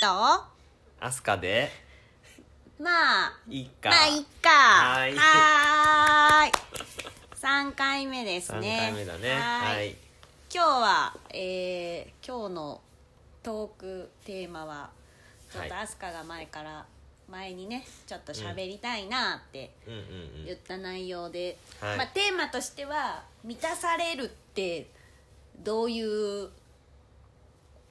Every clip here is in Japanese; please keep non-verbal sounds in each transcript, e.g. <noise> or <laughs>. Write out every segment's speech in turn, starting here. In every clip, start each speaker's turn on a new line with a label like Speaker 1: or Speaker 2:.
Speaker 1: と
Speaker 2: アスカで
Speaker 1: まあ
Speaker 2: いいか、
Speaker 1: まあいっか
Speaker 2: はーい
Speaker 1: はー
Speaker 2: <laughs>
Speaker 1: い3回目です
Speaker 2: 3
Speaker 1: ね
Speaker 2: 回目だね
Speaker 1: は
Speaker 2: は
Speaker 1: ー
Speaker 2: い
Speaker 1: い今日は、えー今日のトークテーマはちょっと
Speaker 2: はい
Speaker 1: アスカが前から前にねちょっと喋りたいなって
Speaker 2: うんうんうん
Speaker 1: 言った内容で、
Speaker 2: はい
Speaker 1: まあ、テーマとしては「満たされるってどういう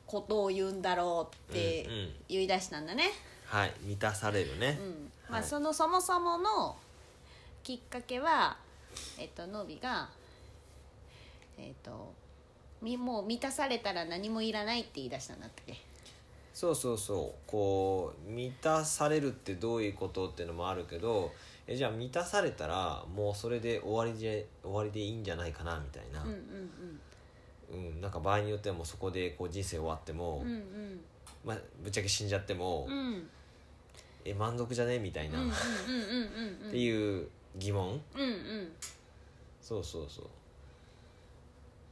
Speaker 1: ことを言うんだろう」って
Speaker 2: うんうん
Speaker 1: 言い出したんだね。
Speaker 2: はい満たされるね、
Speaker 1: うんまあ、
Speaker 2: はい
Speaker 1: そのそもそものきっかけは、えっと、のびが、えっと、みもう満たされたら何もいらないって言い出したんだったっけ
Speaker 2: そうそうそうこう満たされるってどういうことってのもあるけどえじゃあ満たされたらもうそれで終わりで終わりでいいんじゃないかなみたいな、
Speaker 1: うんうん
Speaker 2: うんなんか場合によってはもうそこでこう人生終わっても、
Speaker 1: うんうん
Speaker 2: まあ、ぶっちゃけ死んじゃっても、
Speaker 1: うんうん
Speaker 2: え満足じゃねみたいな、
Speaker 1: うんうんうん
Speaker 2: っ
Speaker 1: うんうん
Speaker 2: ていう疑問
Speaker 1: うんうん
Speaker 2: そうそうそう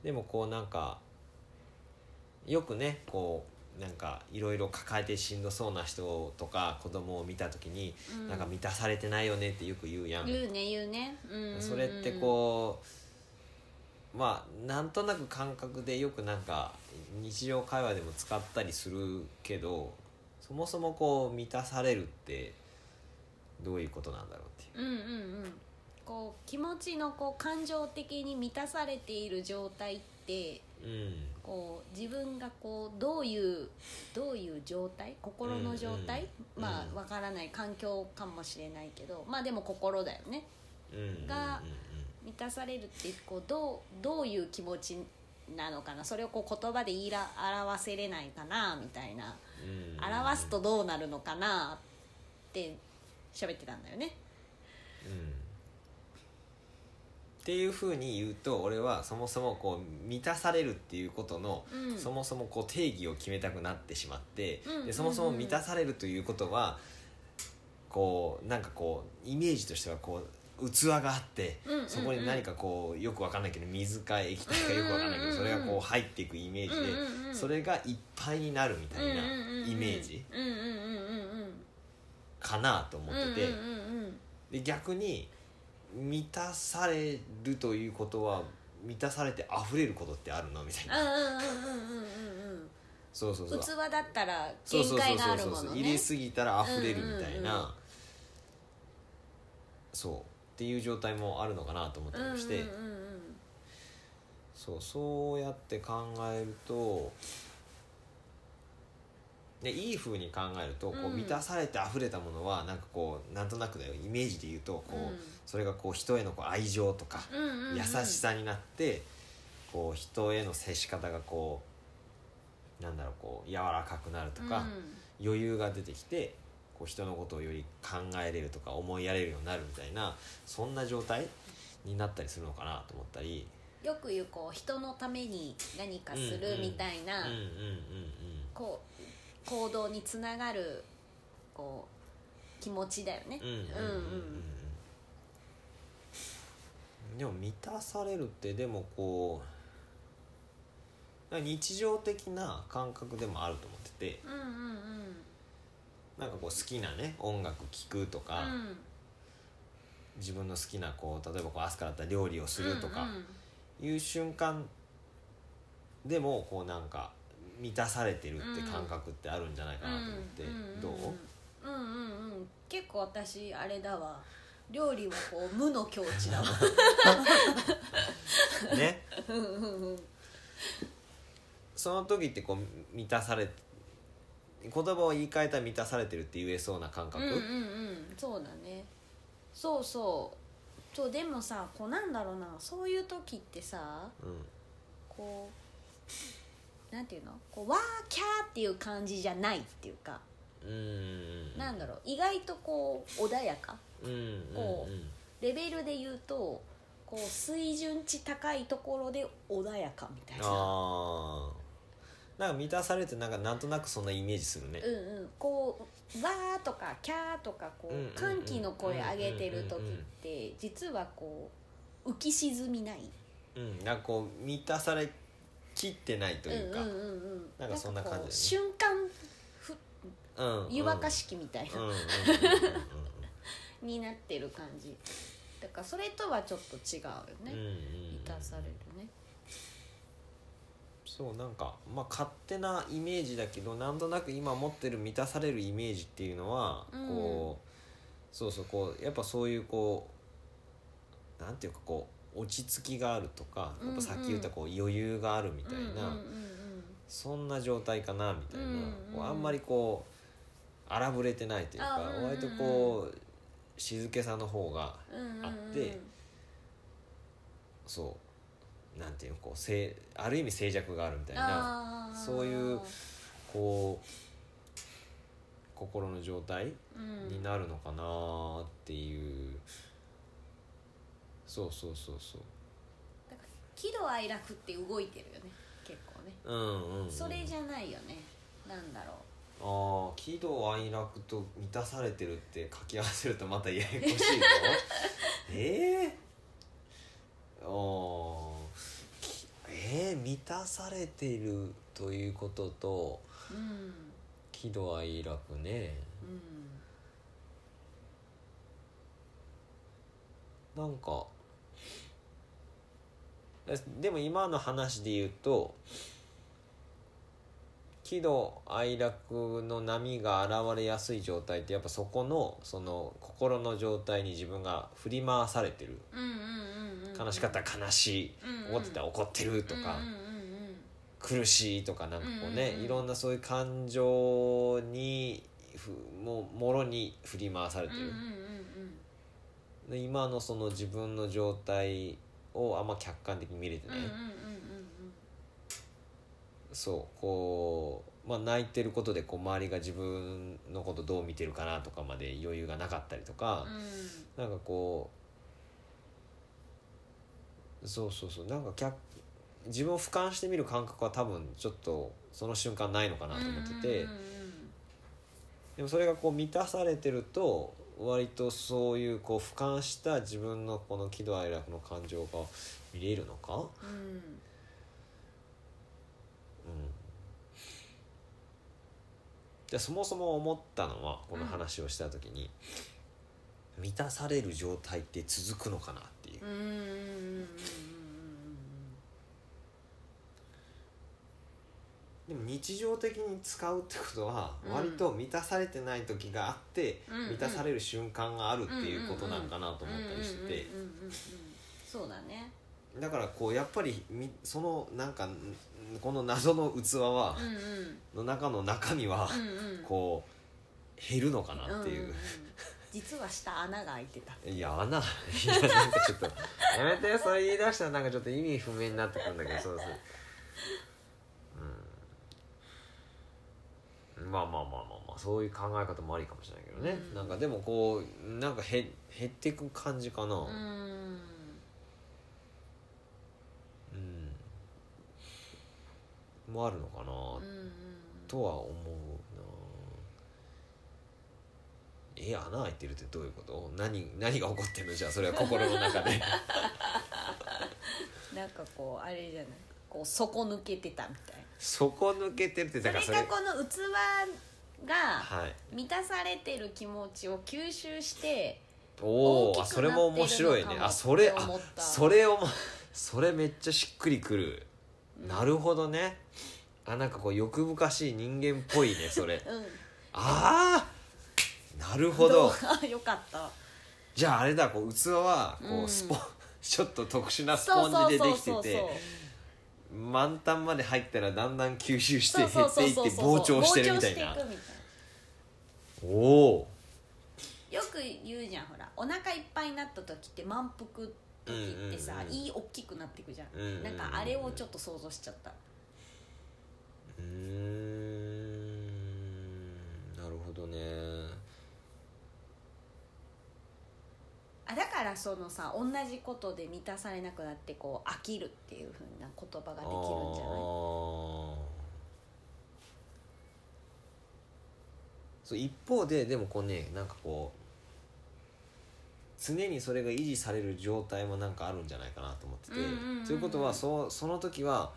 Speaker 2: でもこうなんかよくねこうなんかいろいろ抱えてしんどそうな人とか子供を見た時に、
Speaker 1: うん
Speaker 2: なんか満たされてないよねってよく言うやん、
Speaker 1: 言うね言うね、うんうんうん、
Speaker 2: それってこうまあなんとなく感覚でよくなんか日常会話でも使ったりするけどそもそもこう満たされるってどういうことなんだろうっていう
Speaker 1: うんうんうんこう気持ちのこう感情的に満たされている状態って
Speaker 2: うん
Speaker 1: こう自分がこうどういうどういう状態心の状態、
Speaker 2: うんうん
Speaker 1: ま
Speaker 2: うん
Speaker 1: あわからない環境かもしれないけどまあでも心だよね
Speaker 2: うんうんうんうん
Speaker 1: が満たされるってこうどうどういう気持ちなのかなそれをこう言葉で言いら表せれないかなみたいな
Speaker 2: うん
Speaker 1: 表すとどうなるのかなって喋ってたんだよね。
Speaker 2: うんっていうふうに言うと俺はそもそもこう満たされるっていうことの、
Speaker 1: うん
Speaker 2: そもそもこう定義を決めたくなってしまって、
Speaker 1: うんうんうん
Speaker 2: でそもそも満たされるということはこうなんかこうイメージとしてはこう器があって、
Speaker 1: うんうんうん
Speaker 2: そこに何かこうよくわかんないけど水か液体かよくわかんないけど、
Speaker 1: うんうんうんうん
Speaker 2: それがこう入っていくイメージで、
Speaker 1: うんうんうん
Speaker 2: それがいっぱいになるみたいなイメージ
Speaker 1: うんうんうんうん
Speaker 2: かなと思っ
Speaker 1: うんうんうん
Speaker 2: て
Speaker 1: う
Speaker 2: て。
Speaker 1: んうん
Speaker 2: で逆に満たされるということは満たされて溢れることってあるのみたいな
Speaker 1: うんうんうんうんうんうん
Speaker 2: そうそうそう
Speaker 1: 器だったら
Speaker 2: そう
Speaker 1: 限
Speaker 2: そうそ
Speaker 1: 界
Speaker 2: う
Speaker 1: が
Speaker 2: そ
Speaker 1: あ
Speaker 2: う
Speaker 1: る
Speaker 2: そう
Speaker 1: もの
Speaker 2: 入れ
Speaker 1: ね
Speaker 2: すぎたら溢れるみたい
Speaker 1: う
Speaker 2: な、
Speaker 1: んうんうん
Speaker 2: そうっていう状態もあるのかなと思ったりもして、
Speaker 1: うんうんうんうん
Speaker 2: そうそうやって考えるとでいい風に考えるとこ
Speaker 1: う
Speaker 2: うん満たされて溢れたものはなんかこうなんとなくだよイメージで言うとこう、
Speaker 1: うん
Speaker 2: それがこう人へのこう愛情とか、
Speaker 1: うんうんうん
Speaker 2: 優しさになってこう人への接し方がこうなんだろうこう柔らかくなるとか、余裕が出てきてこう人のことをより考えれるとか思いやれるようになるみたいなそんな状態になったりするのかなと思ったり
Speaker 1: うんよく言うこう人のために何かす
Speaker 2: うん
Speaker 1: る
Speaker 2: うん
Speaker 1: みたい
Speaker 2: うん
Speaker 1: な
Speaker 2: うんうん
Speaker 1: こう行動につながるこう気持ちだよね
Speaker 2: うんうんうんうんうんうんでも満たされるってでもこうなんか日常的な感覚でもあると思ってて。
Speaker 1: うんうんうん
Speaker 2: なんかこう好きなね音楽聴くとか、
Speaker 1: うん
Speaker 2: 自分の好きなこう例えばこうアスカだったら料理をするとか
Speaker 1: うんうん
Speaker 2: いう瞬間でもこうなんか満たされてるって感覚ってあるんじゃないかなと思って、どう、
Speaker 1: うんうんうんうん結構私あれだわ料理はこう無の境地だわ
Speaker 2: <laughs> ねその時ってこう満たされ言葉を言い換えたら満たされてるって言えそうな感
Speaker 1: うん
Speaker 2: 覚、
Speaker 1: うんうんそうだねそうそうそうでもさこうなんだろうなそういう時ってさ
Speaker 2: うん
Speaker 1: こうなんていうのこうわーキャーっていう感じじゃないっていうか、
Speaker 2: うんうん
Speaker 1: なんだろう意外とこう穏やか
Speaker 2: うんうん
Speaker 1: こ
Speaker 2: うん
Speaker 1: レベルで言うとこう水準値高いところで穏やかみたいな。
Speaker 2: あーなんか満たされてなんかなんとなくそんなイメージするね
Speaker 1: うんうん、こう「わー」とか「キャー」とかこ
Speaker 2: うんうんうん
Speaker 1: う歓喜の声上げてる時って実はこう浮き沈みない
Speaker 2: うん、なんかこう満たされきってないというか、
Speaker 1: うんうんうんうん、
Speaker 2: なんかそんな感じだよね
Speaker 1: こう瞬間ふ
Speaker 2: うん
Speaker 1: 湯沸かし器みたい
Speaker 2: うん
Speaker 1: な、
Speaker 2: うんうんうん
Speaker 1: になってる感じだからそれとはちょっと違うよ
Speaker 2: うんうん
Speaker 1: ね、
Speaker 2: うん
Speaker 1: 満たされるね
Speaker 2: そうなんかまあ勝手なイメージだけどなんとなく今持ってる満たされるイメージっていうのは
Speaker 1: うん
Speaker 2: こう、そうそうこうやっぱそういうこうなんていうかこう落ち着きがあるとかやっぱさっき言ったこう余裕があるみたいな、
Speaker 1: うんうんうん
Speaker 2: そんな状態かなみたいな、
Speaker 1: うんうん
Speaker 2: こうあんまりこう荒ぶれてないというか、
Speaker 1: あうんうんうん
Speaker 2: 割とこう静けさの方が
Speaker 1: うんうんうんうん
Speaker 2: あってそうなんていうのこうせいある意味静寂があるみたいな。
Speaker 1: あー
Speaker 2: そういうこう心の状態
Speaker 1: うん
Speaker 2: になるのかなーっていう、そうそうそうそう
Speaker 1: だから喜怒哀楽って動いてるよね結構ね
Speaker 2: うんうん、うん、
Speaker 1: それじ
Speaker 2: ゃ
Speaker 1: ゃないよねなんだろ
Speaker 2: あー喜怒哀楽と満たされてるって書き合わせるとまたややこしいよ <laughs> えー、あーきえー、満たされているということと
Speaker 1: ううん
Speaker 2: 喜怒哀楽ね
Speaker 1: うん
Speaker 2: なんかえでも今の話で言うと喜怒哀楽の波が現れやすい状態ってやっぱそこのその心の状態に自分が振り回されてる
Speaker 1: うんうんうんうん
Speaker 2: 悲しかったら悲しい
Speaker 1: うんうん
Speaker 2: 怒ってたら怒ってるとか
Speaker 1: うんうんうん
Speaker 2: 苦しいとかなんかこうね
Speaker 1: うんうん
Speaker 2: いろんなそういう感情にふもうもろに振り回され
Speaker 1: う
Speaker 2: て
Speaker 1: んうんうん
Speaker 2: る
Speaker 1: うん
Speaker 2: で今のその自分の状態をあんま客観的に見れて
Speaker 1: うんう
Speaker 2: ない、
Speaker 1: んうん
Speaker 2: そうこう、まあ、泣いてることでこう周りが自分のことどう見てるかなとかまで余裕がなかったりとか
Speaker 1: うんう、ん
Speaker 2: なんかこうそうそうそうなんか客自分を俯瞰してみる感覚は多分ちょっとその瞬間ないのかなと思ってて、
Speaker 1: うんうん
Speaker 2: でもそれがこう満たされてると割とそういうこう俯瞰した自分のこの喜怒哀楽の感情が見れるのか、
Speaker 1: うんうん
Speaker 2: うんでそもそも思ったのはこの話をした時に、満たされる状態って続くのかなっていう
Speaker 1: うんうんうんうんうん
Speaker 2: でも日常的に使うってことは
Speaker 1: うん
Speaker 2: 割と満たされてない時があって、
Speaker 1: うんうん
Speaker 2: 満たされる瞬間があるっていうことなんかなと
Speaker 1: うん
Speaker 2: 思ったりし
Speaker 1: うんう
Speaker 2: てて、
Speaker 1: んうんうんうんそうだね
Speaker 2: だからこうやっぱりみそのなんかんこの謎の器は
Speaker 1: う、んうん
Speaker 2: の中の中身は、
Speaker 1: うんうん
Speaker 2: こう減るのかなっていう。
Speaker 1: んんん実は下穴が開いてた
Speaker 2: いや、穴。いや、なんかちょっと、やめてよ、それ言い出したら、なんかちょっと意味不明になってくるんだけど、そうそう。うん。まあまあまあまあまあ、そういう考え方もありかもしれないけどね。
Speaker 1: うん
Speaker 2: なんかでもこう、なんかへ減っていく感じかな。
Speaker 1: う
Speaker 2: うん。
Speaker 1: ん
Speaker 2: もあるのかな、
Speaker 1: うんうん
Speaker 2: とは思うなえ穴開いてるってどういうこと何何が起こってるのじゃあそれは心の中で
Speaker 1: なんかこうあれじゃないこう底抜けてたみたい
Speaker 2: 底抜けてるってだか
Speaker 1: なそ
Speaker 2: らそ
Speaker 1: れ
Speaker 2: れ
Speaker 1: がこの器が
Speaker 2: はい
Speaker 1: 満たされてる気持ちを吸収して
Speaker 2: お
Speaker 1: 大きくなっ
Speaker 2: お
Speaker 1: て
Speaker 2: それも面白い
Speaker 1: るの
Speaker 2: ね
Speaker 1: かも
Speaker 2: あそれ
Speaker 1: って
Speaker 2: あ
Speaker 1: 思った
Speaker 2: それをも <laughs> それめっちゃしっくりくる、なるほどねあなんかこう欲深しい人間っぽいねそ
Speaker 1: <laughs>
Speaker 2: れ
Speaker 1: うん
Speaker 2: ああなるほど
Speaker 1: うあよかった
Speaker 2: じゃああれだこう器はこ
Speaker 1: う
Speaker 2: うんスポン、 <laughs> ちょっと特殊なス
Speaker 1: そ
Speaker 2: ポ
Speaker 1: う
Speaker 2: ン
Speaker 1: そう
Speaker 2: ジで
Speaker 1: そ
Speaker 2: で
Speaker 1: う
Speaker 2: きて
Speaker 1: そう
Speaker 2: て満タンまで入ったらだんだん吸収して
Speaker 1: そ
Speaker 2: 減
Speaker 1: うそう
Speaker 2: って
Speaker 1: そう
Speaker 2: いって
Speaker 1: そう
Speaker 2: 膨張してるみたい
Speaker 1: 膨
Speaker 2: な
Speaker 1: 張してくみたいな
Speaker 2: おお
Speaker 1: よく言うじゃんほらお腹いっぱいになった時って満腹時ってさ、
Speaker 2: うんうんうん
Speaker 1: 胃大きくなってくじゃん,、
Speaker 2: うんうんうん
Speaker 1: なんかあれをちょっと想像しちゃった
Speaker 2: うーんなるほどね
Speaker 1: あだからそのさ同じことで満たされなくなってこう飽きるっていうふうな言葉ができるんじゃない
Speaker 2: あーそう一方ででもこうねなんかこう常にそれが維持される状態もなんかあるんじゃないかなと思ってて、
Speaker 1: うんうんうんうん
Speaker 2: ということはそその時は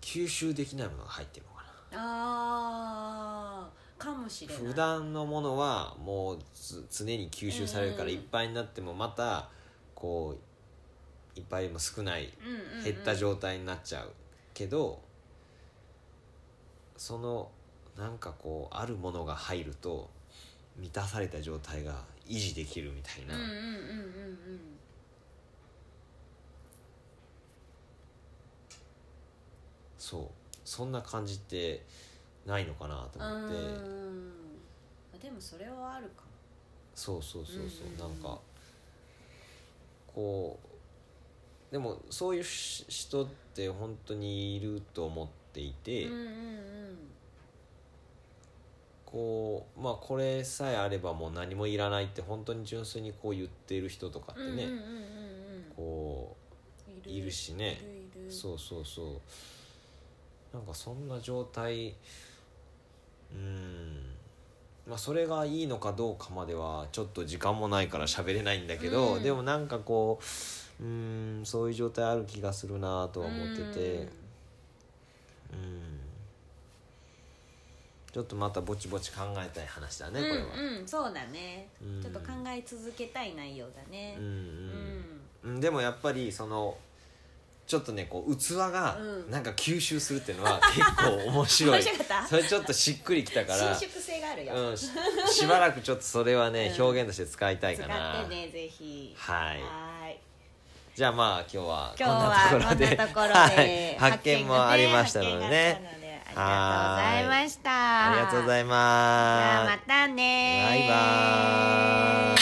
Speaker 2: 吸収できないものが入ってるのかな
Speaker 1: あかもしれない
Speaker 2: 普段のものはもうつ常に吸収されるから
Speaker 1: うん
Speaker 2: いっぱいになってもまたこういっぱいよりも少ない
Speaker 1: うんうんうん
Speaker 2: 減った状態になっちゃうけどそのなんかこうあるものが入ると満たされた状態が維持できるみたいな
Speaker 1: うんうんうんうん
Speaker 2: そうそんな感じってないのかなと
Speaker 1: うん
Speaker 2: 思って
Speaker 1: うんでもそれはあるかも
Speaker 2: そうそうそうそう
Speaker 1: うんうん
Speaker 2: な
Speaker 1: うんん
Speaker 2: かこうでもそういうし人って本当にいると思っていて。
Speaker 1: うんうん
Speaker 2: こうまあこれさえあればもう何もいらないって本当に純粋にこう言ってる人とかっ
Speaker 1: うん
Speaker 2: て
Speaker 1: う
Speaker 2: ね、
Speaker 1: んうんうん
Speaker 2: こ
Speaker 1: うん
Speaker 2: ういるしね
Speaker 1: いるいる
Speaker 2: そうそうそうなんかそんな状態うんまあそれがいいのかどうかまではちょっと時間もないから喋れないんだけど、
Speaker 1: うん
Speaker 2: でもなんかこううんそういう状態ある気がするなとは思っててうんちょっとまたぼちぼち考えたい話だね
Speaker 1: うん
Speaker 2: これは。
Speaker 1: うんうんそうだね
Speaker 2: うん
Speaker 1: ちょっと考え続けたい内容だね
Speaker 2: うん
Speaker 1: うん
Speaker 2: うん、でもやっぱりそのちょっとねこう器が
Speaker 1: うん
Speaker 2: なんか吸収するっていうのは結構面白い
Speaker 1: <laughs> 面白かった
Speaker 2: それちょっとしっくりきたから
Speaker 1: 伸縮性があるよ
Speaker 2: うん、ししばらくちょっとそれはね、
Speaker 1: うん
Speaker 2: 表現として使いたい
Speaker 1: 使
Speaker 2: か
Speaker 1: っ
Speaker 2: な、
Speaker 1: てねぜひ
Speaker 2: はい
Speaker 1: はーい
Speaker 2: じゃあまあ今日はこん
Speaker 1: 今日はこんなところで、
Speaker 2: <laughs> はい、発見
Speaker 1: が
Speaker 2: も
Speaker 1: ね
Speaker 2: ありましたので
Speaker 1: 発見が
Speaker 2: ね
Speaker 1: あったのでありがとうございました
Speaker 2: ありがとうござい
Speaker 1: じゃあ
Speaker 2: ま
Speaker 1: ますたね
Speaker 2: バイバーイ